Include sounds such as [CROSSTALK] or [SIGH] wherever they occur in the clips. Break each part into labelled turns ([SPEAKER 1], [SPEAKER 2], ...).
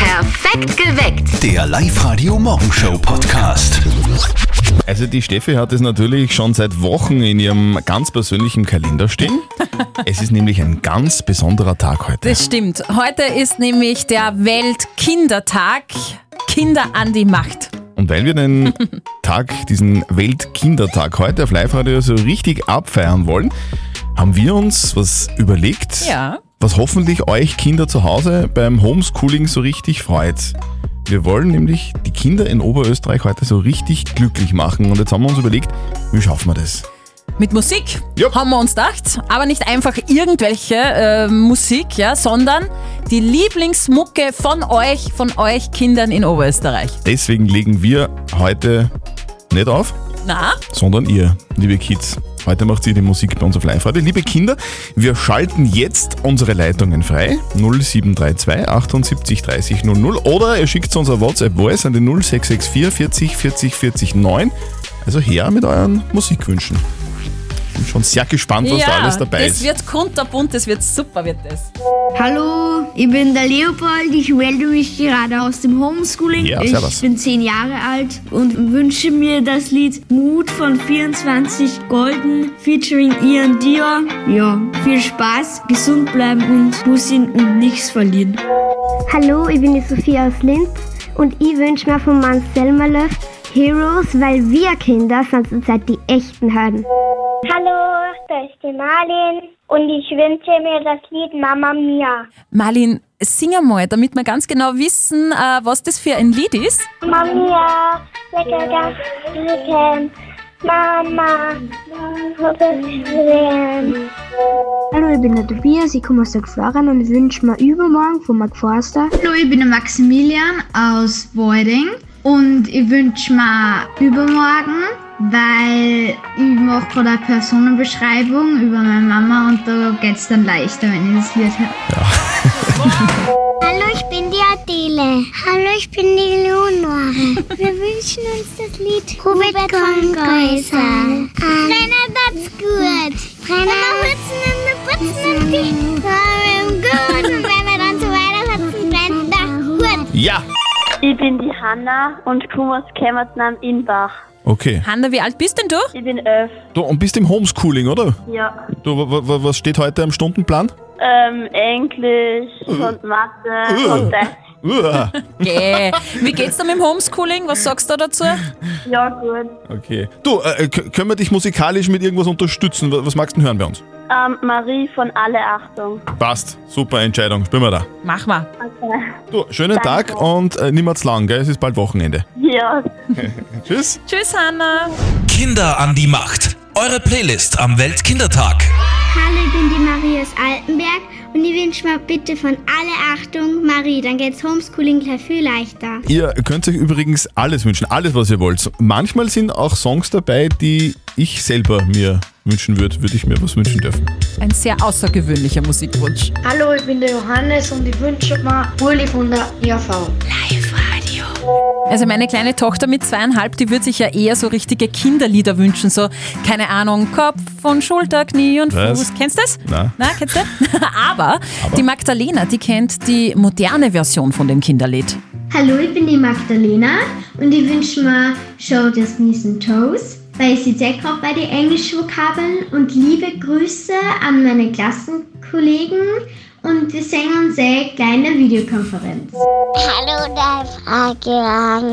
[SPEAKER 1] Perfekt geweckt.
[SPEAKER 2] Der Live-Radio Morgenshow Podcast.
[SPEAKER 3] Also die Steffi hat es natürlich schon seit Wochen in ihrem ganz persönlichen Kalender
[SPEAKER 4] [LAUGHS]
[SPEAKER 3] stehen. es ist nämlich ein ganz besonderer Tag heute.
[SPEAKER 4] Das stimmt. Heute ist nämlich der Weltkindertag. Kinder an die Macht.
[SPEAKER 3] Und weil wir den Tag, diesen Weltkindertag heute auf Live-Radio so richtig abfeiern wollen, haben wir uns was überlegt,
[SPEAKER 4] Ja.
[SPEAKER 3] was hoffentlich euch Kinder zu Hause beim Homeschooling so richtig freut. Wir wollen nämlich die Kinder in Oberösterreich heute so richtig glücklich machen. Und jetzt haben wir uns überlegt, wie schaffen wir das?
[SPEAKER 4] Mit Musik
[SPEAKER 3] Ja.
[SPEAKER 4] haben wir uns gedacht, aber nicht einfach irgendwelche äh, Musik, ja, sondern die Lieblingsmucke von euch, von euch Kindern in Oberösterreich.
[SPEAKER 3] Deswegen legen wir heute nicht auf,
[SPEAKER 4] Na,
[SPEAKER 3] sondern ihr, liebe Kids. Heute macht sie die Musik bei uns auf Live-Radio. Liebe Kinder, wir schalten jetzt unsere Leitungen frei. 0732 78 30 00 oder ihr schickt uns eine WhatsApp-Voice an die 0664 40 40 40 9. Also her mit euren Musikwünschen. Ich bin schon sehr gespannt, was da alles dabei
[SPEAKER 4] das
[SPEAKER 3] ist.
[SPEAKER 4] wird kunterbunt, das wird super, wird das.
[SPEAKER 5] Hallo, ich bin der Leopold. Ich melde mich gerade aus dem Homeschooling.
[SPEAKER 3] Ja,
[SPEAKER 5] ich
[SPEAKER 3] servus.
[SPEAKER 5] bin zehn Jahre alt und wünsche mir das Lied Mut von 24 Golden featuring Ian Dior. Ja, viel Spaß, gesund bleiben und Bussin und nichts verlieren.
[SPEAKER 6] Hallo, ich bin die Sophie aus Linz und ich wünsche mir von meinem Selmerlöf Heroes, weil wir Kinder sind zurzeit die echten Helden.
[SPEAKER 7] Hallo, da ist die Marlin und ich wünsche mir das Lied Mama Mia.
[SPEAKER 4] Marlin, sing einmal, damit wir ganz genau wissen, äh, was das für ein Lied ist.
[SPEAKER 7] Mama Mia, lecker Garten, Mama, wo bist du denn?
[SPEAKER 6] Hallo, ich bin der Tobias, ich komme aus der Gfahren und wünsche mir übermorgen von Mark Forster
[SPEAKER 8] Hallo, ich bin der Maximilian aus Weiding und ich wünsche mir übermorgen, weil ich mache gerade eine Personenbeschreibung über meine Mama und da geht es dann leichter, wenn ich das Lied höre.
[SPEAKER 7] Hallo, ich bin die Adele. Hallo, ich bin die Leonore. [LAUGHS] Wir wünschen uns das Lied Robert Kornkaiser. Trainer, that's good. Trainer, putzen und putzen und die Haare gut. Und wenn wir dann so weiterputzen, dann da gut.
[SPEAKER 3] Ja!
[SPEAKER 9] Ich bin die Hanna und komme aus Kämmerten am Innbach.
[SPEAKER 3] Okay.
[SPEAKER 4] Hanna, wie alt bist denn [LAUGHS] du?
[SPEAKER 9] Ich bin elf,
[SPEAKER 3] Du, und bist im Homeschooling, oder?
[SPEAKER 9] ja.
[SPEAKER 3] Du, wa- wa- wa- was steht heute am
[SPEAKER 4] [LAUGHS]
[SPEAKER 3] Stundenplan?
[SPEAKER 9] Ähm, Englisch und Mathe und Deutsch.
[SPEAKER 3] Uah.
[SPEAKER 4] Gäh. Wie geht's da mit dem Homeschooling? Was sagst du dazu?
[SPEAKER 9] Ja, gut.
[SPEAKER 3] Okay. Du, äh, k- können wir dich musikalisch mit irgendwas unterstützen? Wa- Was magst du denn hören bei uns?
[SPEAKER 9] Ähm, Marie von Alle Achtung.
[SPEAKER 3] Passt, super Entscheidung, spielen wir da.
[SPEAKER 4] Mach mal.
[SPEAKER 9] Okay.
[SPEAKER 3] Du, schönen
[SPEAKER 9] Danke.
[SPEAKER 3] Tag und äh, nimmert's lang, gell? Es ist bald Wochenende.
[SPEAKER 9] Ja,
[SPEAKER 3] Tschüss.
[SPEAKER 4] Tschüss, Hanna.
[SPEAKER 2] Kinder an die Macht. Eure Playlist am Weltkindertag.
[SPEAKER 7] Hallo, ich bin die Marie aus Altenberg und ich wünsche mir bitte von alle Achtung Marie, dann geht's Homeschooling gleich viel leichter.
[SPEAKER 3] Ihr könnt euch übrigens alles wünschen, alles, was ihr wollt. Manchmal sind auch Songs dabei, die ich selber mir wünschen würde, würde ich mir was wünschen dürfen.
[SPEAKER 4] Ein sehr außergewöhnlicher Musikwunsch.
[SPEAKER 8] Hallo, ich bin der Johannes und ich wünsche mir Uli von der E IAV.
[SPEAKER 4] Also meine kleine Tochter mit zweieinhalb, die würde sich ja eher so richtige Kinderlieder wünschen. So, keine Ahnung, Kopf und Schulter, Knie und
[SPEAKER 3] Was?
[SPEAKER 4] Fuß. Kennst du das?
[SPEAKER 3] Na?
[SPEAKER 4] Na, kennst du? [LAUGHS] Aber, die Magdalena, die kennt die moderne Version von dem Kinderlied.
[SPEAKER 6] Hallo, ich bin die Magdalena und ich wünsche mir Shoulders, Knees and Toes, weil ich sitze gerade bei den englischen Vokabeln und liebe Grüße an meine Klassenkollegen und wir singen sehr kleine Videokonferenz.
[SPEAKER 7] Hallo, da ist Frage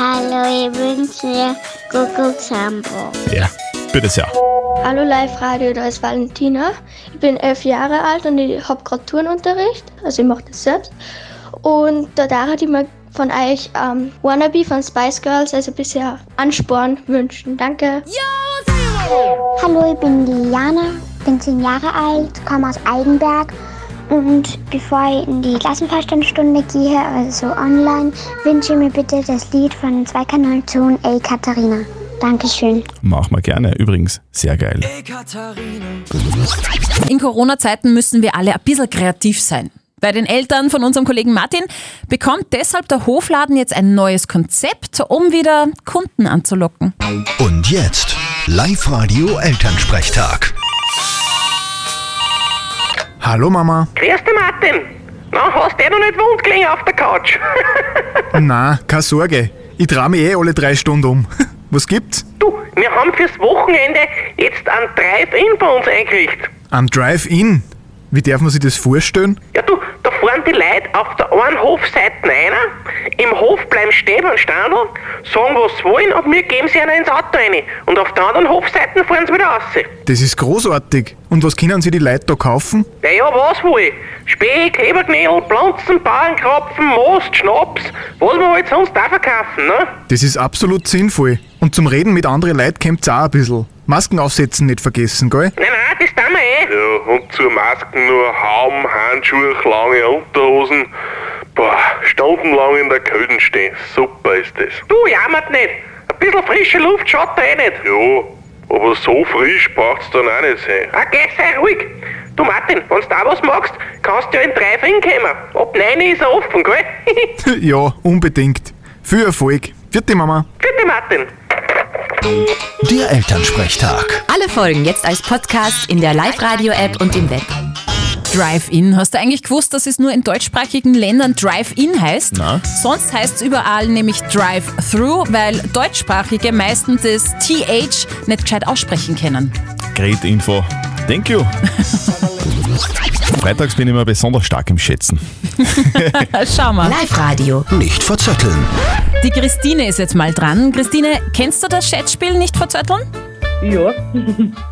[SPEAKER 7] Hallo, ich wünsche mir Kuckucksambo.
[SPEAKER 3] Ja, bitte sehr.
[SPEAKER 7] Hallo, Live-Radio, da ist Valentina. Ich bin elf Jahre alt und ich habe gerade Turnunterricht, also ich mache das selbst. Und da darf ich mir von euch ähm, Wannabe von Spice Girls, also bisher Ansporn wünschen. Danke.
[SPEAKER 6] Hallo, ich bin die Jana, bin 10 Jahre alt, komme aus Eigenberg und bevor ich in die Klassenverstandsstunde gehe, also online, wünsche ich mir bitte das Lied von 2K9 Zone A Katharina. Dankeschön.
[SPEAKER 3] Machen wir gerne, übrigens, sehr geil.
[SPEAKER 4] In Corona-Zeiten müssen wir alle ein bisschen kreativ sein. Bei den Eltern von unserem Kollegen Martin bekommt deshalb der Hofladen jetzt ein neues Konzept, um wieder Kunden anzulocken.
[SPEAKER 2] Und jetzt Live-Radio Elternsprechtag.
[SPEAKER 10] Hallo Mama.
[SPEAKER 11] Grüß dich, Martin.
[SPEAKER 1] Na, hast du eh noch nicht wund gelegen auf der Couch?
[SPEAKER 10] Na, keine Sorge. Ich trau mich eh alle drei Stunden um. [LAUGHS] Was gibt's?
[SPEAKER 1] du, wir haben fürs Wochenende jetzt einen Drive-In bei uns eingerichtet.
[SPEAKER 10] Am Drive-In. Wie darf man sich das vorstellen?
[SPEAKER 1] Ja du, da fahren die Leute auf der einen Hofseite rein, im Hof bleiben stehen beim Standl, sagen was sie wollen und wir geben sie einer ins Auto rein. Und auf der anderen Hofseite fahren sie wieder raus.
[SPEAKER 10] Das ist großartig. Und was können Sie die Leute da kaufen?
[SPEAKER 1] Naja, was wohl? Speck, Leberknäuel, Pflanzen, Bauernkropfen, Most, Schnaps, was wir halt sonst da verkaufen, ne?
[SPEAKER 10] Das ist absolut sinnvoll. Und zum Reden mit anderen Leuten kommt's auch ein bisschen. Masken aufsetzen nicht vergessen, gell? [LAUGHS]
[SPEAKER 1] Nein, nein, das tun wir eh.
[SPEAKER 11] Ja, und zur Maske nur Haum, Handschuhe, lange Unterhosen. Boah, stundenlang in der Köden stehen. Super ist das.
[SPEAKER 1] Du jammert nicht. Ein bisschen frische Luft schaut da eh nicht.
[SPEAKER 11] Ja, aber so frisch braucht's dann auch nicht sein.
[SPEAKER 1] Ah, geh, sei ruhig. Du Martin, wenn du da was magst, kannst du ja in drei Fingern kommen. Ab neun ist er offen, gell? [LAUGHS]
[SPEAKER 10] ja, unbedingt. Viel Erfolg. Vierte Mama.
[SPEAKER 1] Bitte Martin.
[SPEAKER 12] Der Elternsprechtag.
[SPEAKER 13] Alle Folgen jetzt als Podcast in der Live-Radio-App und im Web.
[SPEAKER 4] Drive-In. Hast du eigentlich gewusst, dass es nur in deutschsprachigen Ländern Drive-In heißt?
[SPEAKER 3] Na?
[SPEAKER 4] Sonst heißt es überall nämlich Drive-Through, weil Deutschsprachige meistens das TH nicht gescheit aussprechen können.
[SPEAKER 3] Great Info. Thank you. Freitags bin ich immer besonders stark im Schätzen.
[SPEAKER 4] Schau mal.
[SPEAKER 13] Live-Radio.
[SPEAKER 12] Nicht verzetteln.
[SPEAKER 4] Die Christine ist jetzt mal dran. Christine, kennst du das Schätzspiel nicht verzötteln?
[SPEAKER 9] Ja,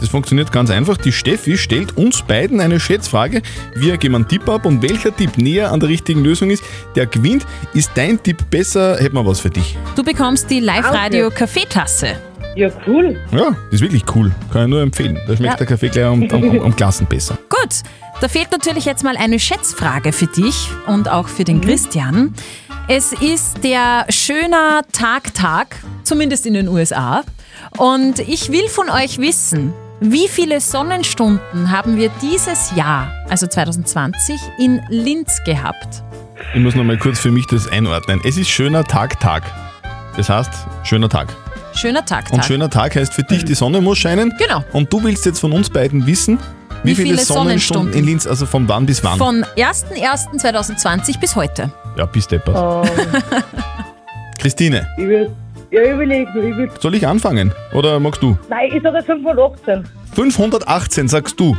[SPEAKER 3] Das funktioniert ganz einfach. Die Steffi stellt uns beiden eine Schätzfrage. Wir geben einen Tipp ab und welcher Tipp näher an der richtigen Lösung ist, der gewinnt. Ist dein Tipp besser, hätten wir was für dich.
[SPEAKER 4] Du bekommst die Live-Radio-Kaffeetasse.
[SPEAKER 9] ja cool.
[SPEAKER 3] Ja, das ist wirklich cool. Kann ich nur empfehlen. Da schmeckt
[SPEAKER 4] Ja.
[SPEAKER 3] der Kaffee gleich am, am, am, am Glasen besser.
[SPEAKER 4] Gut, da fehlt natürlich jetzt mal eine Schätzfrage für dich und auch für
[SPEAKER 3] Mhm.
[SPEAKER 4] den Christian. Es ist der schöner Tagtag, zumindest in den USA. Und ich will von euch wissen, wie viele Sonnenstunden haben wir dieses Jahr, also 2020, in Linz gehabt?
[SPEAKER 3] Ich muss nochmal kurz für mich das einordnen. Es ist schöner Tag, Tag. Das heißt, schöner Tag.
[SPEAKER 4] Schöner Tagtag.
[SPEAKER 3] Und schöner Tag heißt für dich, die Sonne muss scheinen.
[SPEAKER 4] Genau.
[SPEAKER 3] Und du willst jetzt von uns beiden wissen, wie,
[SPEAKER 4] Wie
[SPEAKER 3] viele,
[SPEAKER 4] viele
[SPEAKER 3] Sonnenstunden
[SPEAKER 4] Sonnenstunden?
[SPEAKER 3] in Linz, also von wann bis wann?
[SPEAKER 4] Von 01.01.2020 bis heute.
[SPEAKER 3] ja, bis deppert.
[SPEAKER 9] Ähm,
[SPEAKER 3] Christine,
[SPEAKER 9] ich würde ja, überlegen, ich würde.
[SPEAKER 3] soll ich anfangen? Oder magst du?
[SPEAKER 9] Nein, ich sage 518.
[SPEAKER 3] 518 sagst du.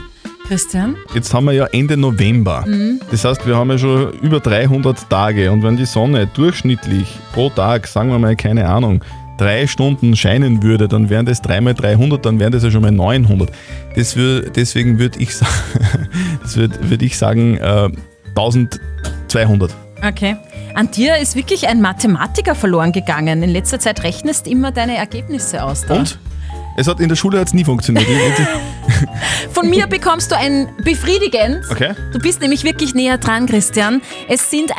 [SPEAKER 4] Christian?
[SPEAKER 3] Jetzt haben wir ja Ende November. Das heißt, wir haben ja schon über 300 Tage. Und wenn die Sonne durchschnittlich pro Tag, sagen wir mal, keine Ahnung, drei Stunden scheinen würde, dann wären das 3 mal 300, dann wären das ja schon mal 900. Das wür deswegen würde ich, sa [LAUGHS] das würd, würd ich sagen, äh, 1200.
[SPEAKER 4] Okay. An dir ist wirklich ein Mathematiker verloren gegangen. In letzter Zeit rechnest immer deine Ergebnisse aus. Da.
[SPEAKER 3] Und? Es hat in der Schule hat's nie funktioniert. [LAUGHS]
[SPEAKER 4] Von mir bekommst du ein befriedigendes.
[SPEAKER 3] Okay.
[SPEAKER 4] Du bist nämlich wirklich näher dran, Christian. Es sind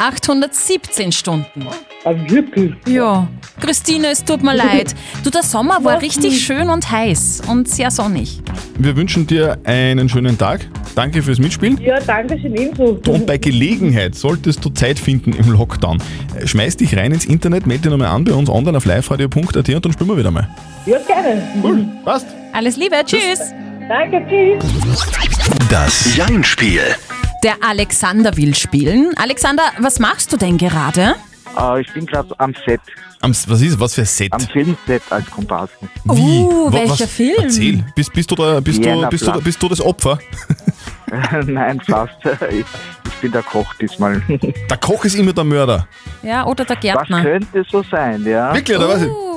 [SPEAKER 4] 1817 Stunden.
[SPEAKER 9] Ah, wirklich?
[SPEAKER 4] Ja. Christine, es
[SPEAKER 3] [LAUGHS]
[SPEAKER 4] tut mir leid. Du, der Sommer war richtig schön und heiß und sehr sonnig.
[SPEAKER 3] Wir wünschen dir einen schönen Tag. Danke fürs Mitspielen.
[SPEAKER 9] Ja, danke schön ebenso.
[SPEAKER 3] Und bei Gelegenheit solltest du Zeit finden im Lockdown. äh, Schmeiß dich rein ins Internet, melde dich nochmal an bei uns online auf liveradio.at und dann spielen wir wieder mal.
[SPEAKER 9] Ja, gerne.
[SPEAKER 3] Cool, passt.
[SPEAKER 4] Alles Liebe, tschüss.
[SPEAKER 9] Danke, tschüss.
[SPEAKER 12] Das Jein-Spiel.
[SPEAKER 4] Der Alexander will spielen. Alexander, was machst du denn gerade?
[SPEAKER 14] Äh, ich bin gerade am Set,
[SPEAKER 3] Am, was ist was für ein Set?
[SPEAKER 14] am Filmset als Komparsen.
[SPEAKER 3] Wie?
[SPEAKER 4] Oh,
[SPEAKER 3] Wa-
[SPEAKER 4] welcher Film?
[SPEAKER 3] Erzähl. Bist, bist, du da, bist, du,
[SPEAKER 14] Vienna
[SPEAKER 3] bist, du, da-
[SPEAKER 14] Plan.
[SPEAKER 3] bist du das Opfer?
[SPEAKER 14] [LAUGHS] Nein, fast. Ich, ich bin der Koch diesmal.
[SPEAKER 3] Der Koch ist immer der Mörder.
[SPEAKER 4] Ja, oder der
[SPEAKER 14] Was
[SPEAKER 4] Gärtner?
[SPEAKER 14] könnte so sein, ja?
[SPEAKER 3] Wirklich, oder was?
[SPEAKER 4] Uh.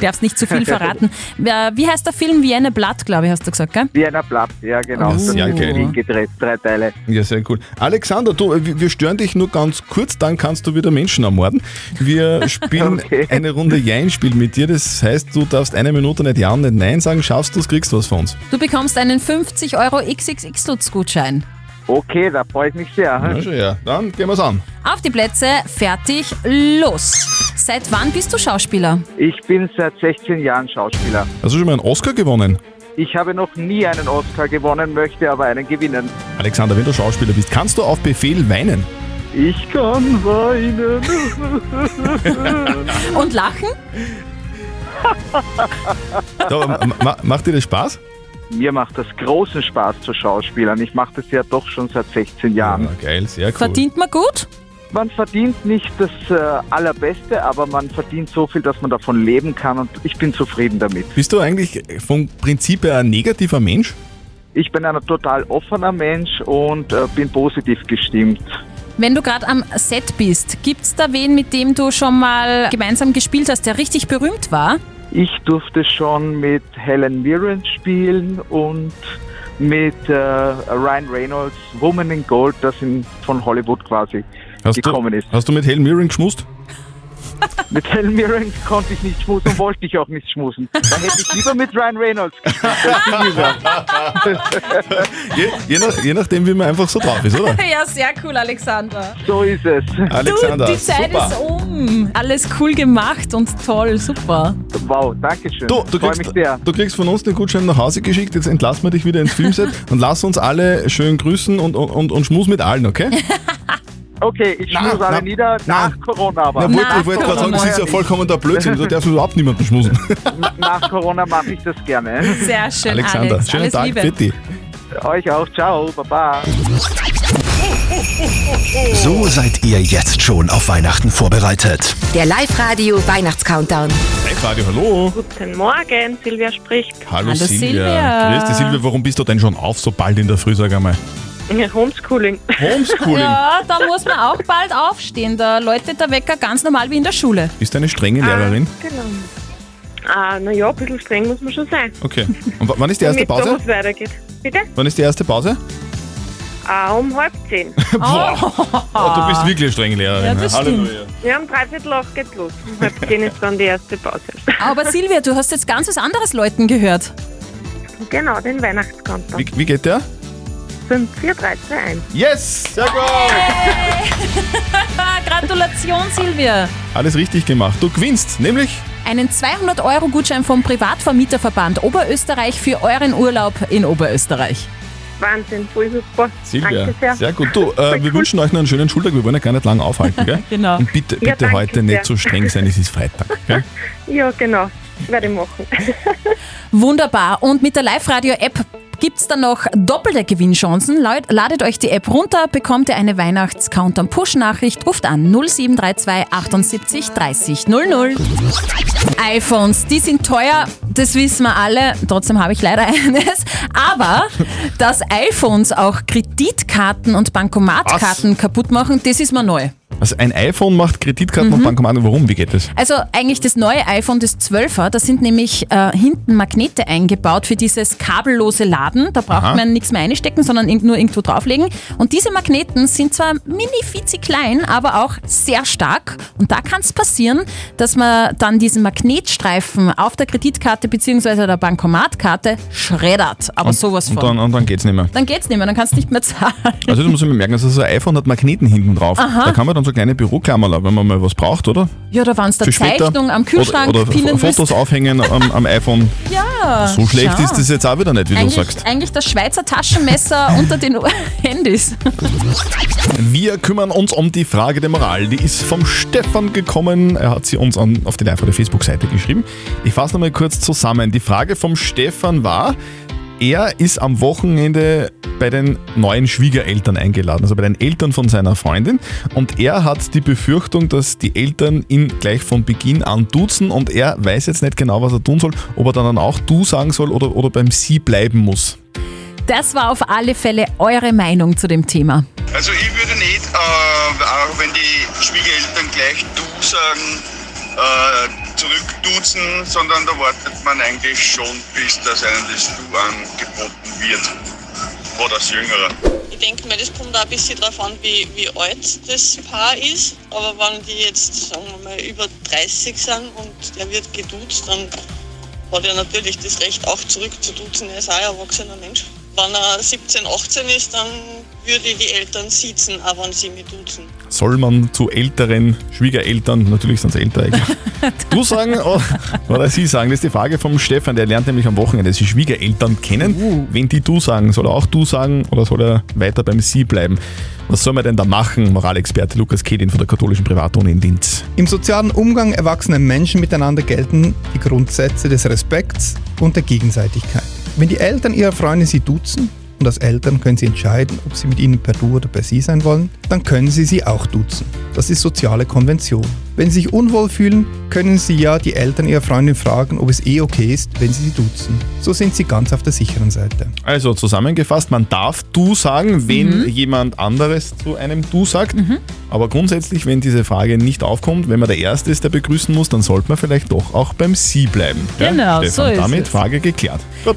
[SPEAKER 4] Darfst nicht zu viel [LAUGHS] verraten. Wer- Wie heißt der Film? Vienna Blatt, glaube ich, hast du gesagt, gell?
[SPEAKER 14] Vienna Blatt, ja genau.
[SPEAKER 3] Das ist ja
[SPEAKER 14] ist
[SPEAKER 3] geil.
[SPEAKER 14] in Wien gedreht, drei Teile.
[SPEAKER 3] Ja, sehr cool. Alexander, du, äh, wir wir stören dich nur ganz kurz, dann kannst du wieder Menschen ermorden.
[SPEAKER 14] [LAUGHS]
[SPEAKER 3] Wir spielen
[SPEAKER 14] Okay.
[SPEAKER 3] eine Runde Jein-Spiel mit dir. Das heißt, du darfst eine Minute nicht Ja und nicht Nein sagen. Schaffst du es, kriegst du was von uns.
[SPEAKER 4] Du bekommst einen 50 Euro XXX-Lutz-Gutschein.
[SPEAKER 14] Okay, da freue ich mich sehr.
[SPEAKER 3] Ja, schon, ja. Dann gehen wir's an.
[SPEAKER 4] Auf die Plätze, fertig, los. Seit wann bist du Schauspieler?
[SPEAKER 14] Ich bin seit 16 Jahren Schauspieler.
[SPEAKER 3] Hast du schon mal einen Oscar gewonnen?
[SPEAKER 14] Ich habe noch nie einen Oscar gewonnen, möchte aber einen gewinnen.
[SPEAKER 3] Alexander, wenn du Schauspieler bist, kannst du auf Befehl weinen?
[SPEAKER 14] Ich kann weinen.
[SPEAKER 4] Und lachen?
[SPEAKER 3] Da, ma- ma- macht dir das Spaß?
[SPEAKER 14] Mir macht das großen Spaß zu Schauspielern. Ich mache das ja doch schon seit 16 Jahren.
[SPEAKER 3] geil, sehr
[SPEAKER 4] Verdient man gut?
[SPEAKER 14] Man verdient nicht das äh, Allerbeste, aber man verdient so viel, dass man davon leben kann und ich bin zufrieden damit.
[SPEAKER 3] Bist du eigentlich vom Prinzip her ein negativer Mensch?
[SPEAKER 14] Ich bin ein total offener Mensch und äh, bin positiv gestimmt.
[SPEAKER 4] Wenn du gerade am Set bist, gibt's da wen, mit dem du schon mal gemeinsam gespielt hast, der richtig berühmt war?
[SPEAKER 14] Ich durfte schon mit Helen Mirren spielen und mit äh, Ryan Reynolds Woman in Gold, das in, von Hollywood quasi
[SPEAKER 3] Hast
[SPEAKER 14] gekommen
[SPEAKER 3] du, [LAUGHS]
[SPEAKER 14] ist.
[SPEAKER 3] Hast du mit Helen Mirren geschmust?
[SPEAKER 14] Mit Helen Mirren konnte ich nicht schmusen und wollte ich auch nicht schmusen. Da hätte ich lieber mit Ryan Reynolds gespielt. Das ging lieber.
[SPEAKER 3] Je, je, nach, je nachdem, wie man einfach so drauf ist, oder?
[SPEAKER 4] ja, sehr cool, Alexander.
[SPEAKER 14] So ist es.
[SPEAKER 3] Alexander,
[SPEAKER 4] du, die Zeit
[SPEAKER 3] super.
[SPEAKER 4] ist um. Alles cool gemacht und toll, super.
[SPEAKER 14] Wow, danke schön.
[SPEAKER 3] Du, du,
[SPEAKER 14] Freu
[SPEAKER 3] kriegst, du kriegst von uns den Gutschein nach Hause geschickt, jetzt entlassen wir dich wieder ins Filmset [LAUGHS] und lass uns alle schön grüßen und, und, und, und schmus mit allen, okay?
[SPEAKER 14] Okay, ich
[SPEAKER 3] Na,
[SPEAKER 14] schmuse alle
[SPEAKER 3] na,
[SPEAKER 14] nieder,
[SPEAKER 3] na.
[SPEAKER 14] nach Corona aber.
[SPEAKER 3] Na, wollte- ich wollte gerade sagen, das ist ja vollkommener Blödsinn, du darfst überhaupt niemanden schmusen.
[SPEAKER 14] Nach Corona mache ich das gerne.
[SPEAKER 4] Sehr schön,
[SPEAKER 3] Alexander,
[SPEAKER 4] Alex.
[SPEAKER 3] schönen
[SPEAKER 4] Alles
[SPEAKER 3] Tag,
[SPEAKER 4] Liebe.
[SPEAKER 3] Fitti.
[SPEAKER 14] Euch auch, ciao, baba.
[SPEAKER 12] So seid ihr jetzt schon auf Weihnachten vorbereitet.
[SPEAKER 13] Der Live-Radio Weihnachts-Countdown.
[SPEAKER 3] Radio, hallo.
[SPEAKER 9] Guten Morgen, Silvia spricht.
[SPEAKER 3] Hallo,
[SPEAKER 9] Hallo,
[SPEAKER 3] Silvia.
[SPEAKER 9] Silvia.
[SPEAKER 3] Grüß dich, Silvia, warum bist du denn schon auf so bald in der Früh, sag einmal?
[SPEAKER 9] Homeschooling.
[SPEAKER 3] Homeschooling.
[SPEAKER 4] Ja, da muss man auch bald aufstehen. Da läutet der Wecker ganz normal wie in der Schule.
[SPEAKER 3] Bist du eine strenge Lehrerin?
[SPEAKER 9] Genau. Ah, naja, ein bisschen streng muss man schon sein.
[SPEAKER 3] Okay. Und w- wann ist die erste
[SPEAKER 9] Damit da
[SPEAKER 3] Pause?
[SPEAKER 9] was weitergeht. Bitte?
[SPEAKER 3] Wann ist die erste Pause?
[SPEAKER 9] Ah, um halb
[SPEAKER 15] [LAUGHS]
[SPEAKER 9] zehn. Ah.
[SPEAKER 3] Oh, du bist wirklich eine strenge Lehrerin.
[SPEAKER 9] Ja, das
[SPEAKER 3] ne?
[SPEAKER 9] stimmt.
[SPEAKER 3] Halleluja.
[SPEAKER 9] Ja, um dreiviertel acht geht's los. Um halb zehn ist dann die erste Pause.
[SPEAKER 4] Aber Silvia, du hast jetzt ganz was anderes Leuten gehört.
[SPEAKER 9] Genau, den Weihnachtskanton.
[SPEAKER 3] Wie, wie geht der?
[SPEAKER 9] 5, 4, 3, 2, 1.
[SPEAKER 3] Yes! Sehr gut!
[SPEAKER 9] Ah,
[SPEAKER 4] Gratulation, Silvia.
[SPEAKER 3] Alles richtig gemacht. Du gewinnst, nämlich
[SPEAKER 4] Einen 200-Euro-Gutschein vom Privatvermieterverband Oberösterreich für euren Urlaub in Oberösterreich.
[SPEAKER 9] Wahnsinn, voll super.
[SPEAKER 3] Silvia.
[SPEAKER 9] Danke sehr.
[SPEAKER 3] gut. Du, äh, wir wünschen euch noch einen schönen Schultag. Wir wollen ja gar nicht lange aufhalten, gell?
[SPEAKER 4] Genau.
[SPEAKER 3] Und bitte,
[SPEAKER 9] Ja,
[SPEAKER 3] bitte
[SPEAKER 9] danke
[SPEAKER 3] heute nicht
[SPEAKER 9] sehr.
[SPEAKER 3] so streng sein, es ist Freitag. Gell?
[SPEAKER 9] Ja, genau. Werde ich machen.
[SPEAKER 4] Wunderbar. Und mit der Live-Radio-App gibt's dann noch doppelte Gewinnchancen. Leut- Ladet euch die App runter, bekommt ihr eine Weihnachts-Countdown-Push-Nachricht. Ruft an 0732 78 30 00. iPhones, die sind teuer, das wissen wir alle. Trotzdem habe ich leider [LAUGHS] eines. Aber, dass iPhones auch Kreditkarten und Bankomatkarten kaputt machen, das ist mal neu.
[SPEAKER 3] Also ein iPhone macht Kreditkarten
[SPEAKER 4] Mhm.
[SPEAKER 3] und Bankomaten. Warum? Wie geht das?
[SPEAKER 4] Also eigentlich das neue iPhone, das 12er, da sind nämlich äh, hinten Magnete eingebaut für dieses kabellose Laden. Da braucht
[SPEAKER 3] Aha.
[SPEAKER 4] man nichts mehr einstecken, sondern irgend- nur irgendwo drauflegen. Und diese Magneten sind zwar mini fizi klein, aber auch sehr stark. Und da kann es passieren, dass man dann diesen Magnetstreifen auf der Kreditkarte bzw. der Bankomatkarte schreddert. Aber
[SPEAKER 3] und,
[SPEAKER 4] sowas von.
[SPEAKER 3] Und dann, und dann geht's nicht mehr.
[SPEAKER 4] Dann geht's nicht mehr, dann kannst du nicht mehr [LAUGHS] zahlen.
[SPEAKER 3] Also das muss ich mir merken, also so ein iPhone hat Magneten hinten drauf.
[SPEAKER 4] Aha.
[SPEAKER 3] Da kann man dann so kleine Büroklammerler, wenn man mal was braucht, oder?
[SPEAKER 4] Ja, da waren es da
[SPEAKER 3] Für später.
[SPEAKER 4] Zeichnung am Kühlschrank,
[SPEAKER 3] oder, oder
[SPEAKER 4] pinnen
[SPEAKER 3] F- Fotos
[SPEAKER 4] müsst.
[SPEAKER 3] aufhängen am, am iPhone.
[SPEAKER 4] Ja.
[SPEAKER 3] So schlecht
[SPEAKER 4] schau.
[SPEAKER 3] ist das jetzt auch wieder nicht, wie
[SPEAKER 4] eigentlich,
[SPEAKER 3] du sagst.
[SPEAKER 4] Eigentlich das Schweizer Taschenmesser [LAUGHS] unter den Handys.
[SPEAKER 3] Wir kümmern uns um die Frage der Moral. Die ist vom Stefan gekommen. Er hat sie uns an, auf die live der Facebook-Seite geschrieben. Ich fasse nochmal kurz zusammen. Die Frage vom Stefan war, er ist am Wochenende bei den neuen Schwiegereltern eingeladen, also bei den Eltern von seiner Freundin. Und er hat die Befürchtung, dass die Eltern ihn gleich von Beginn an duzen und er weiß jetzt nicht genau, was er tun soll, ob er dann auch du sagen soll oder, oder beim sie bleiben muss.
[SPEAKER 4] Das war auf alle Fälle eure Meinung zu dem Thema.
[SPEAKER 16] Also ich würde nicht, äh, auch wenn die Schwiegereltern gleich du sagen, äh, zurückduzen, sondern da wartet man eigentlich schon, bis das eigentlich du angeboten wird. Oder das Jüngere.
[SPEAKER 17] Ich denke mir, das kommt auch ein bisschen darauf an, wie, wie alt das Paar ist. Aber wenn die jetzt, sagen wir mal, über 30 sind und der wird geduzt, dann hat er natürlich das Recht, auch zurückzuduzen. Er ist auch ein erwachsener Mensch. Wenn er 17, 18 ist, dann würde ich die Eltern sitzen, auch wenn sie mich duzen.
[SPEAKER 3] soll man zu älteren Schwiegereltern, natürlich sind es älter, eigentlich, du sagen o- oder sie sagen? Das ist die Frage vom Stefan, der lernt nämlich am Wochenende die Schwiegereltern kennen. Wenn die du sagen, soll er auch du sagen oder soll er weiter beim sie bleiben? Was soll man denn da machen, Moralexperte Lukas Kedin von der katholischen Privatuni in Linz?
[SPEAKER 15] Im sozialen Umgang erwachsener Menschen miteinander gelten die Grundsätze des Respekts und der Gegenseitigkeit. Wenn die Eltern ihrer Freunde sie duzen und als Eltern können sie entscheiden, ob sie mit ihnen per Du oder per Sie sein wollen, dann können sie sie auch duzen. Das ist soziale Konvention. Wenn sie sich unwohl fühlen, können sie ja die Eltern ihrer Freundin fragen, ob es eh okay ist, wenn sie sie duzen. So sind sie ganz auf der sicheren Seite.
[SPEAKER 3] Also zusammengefasst, man darf du sagen, wenn
[SPEAKER 15] Mhm.
[SPEAKER 3] jemand anderes zu einem du sagt.
[SPEAKER 13] Mhm.
[SPEAKER 3] Aber grundsätzlich, wenn diese Frage nicht aufkommt, wenn man der Erste ist, der begrüßen muss, dann sollte man vielleicht doch auch beim Sie bleiben.
[SPEAKER 13] Genau, so
[SPEAKER 3] Stefan,
[SPEAKER 13] ist
[SPEAKER 3] Damit
[SPEAKER 13] es.
[SPEAKER 3] Frage geklärt. Gut.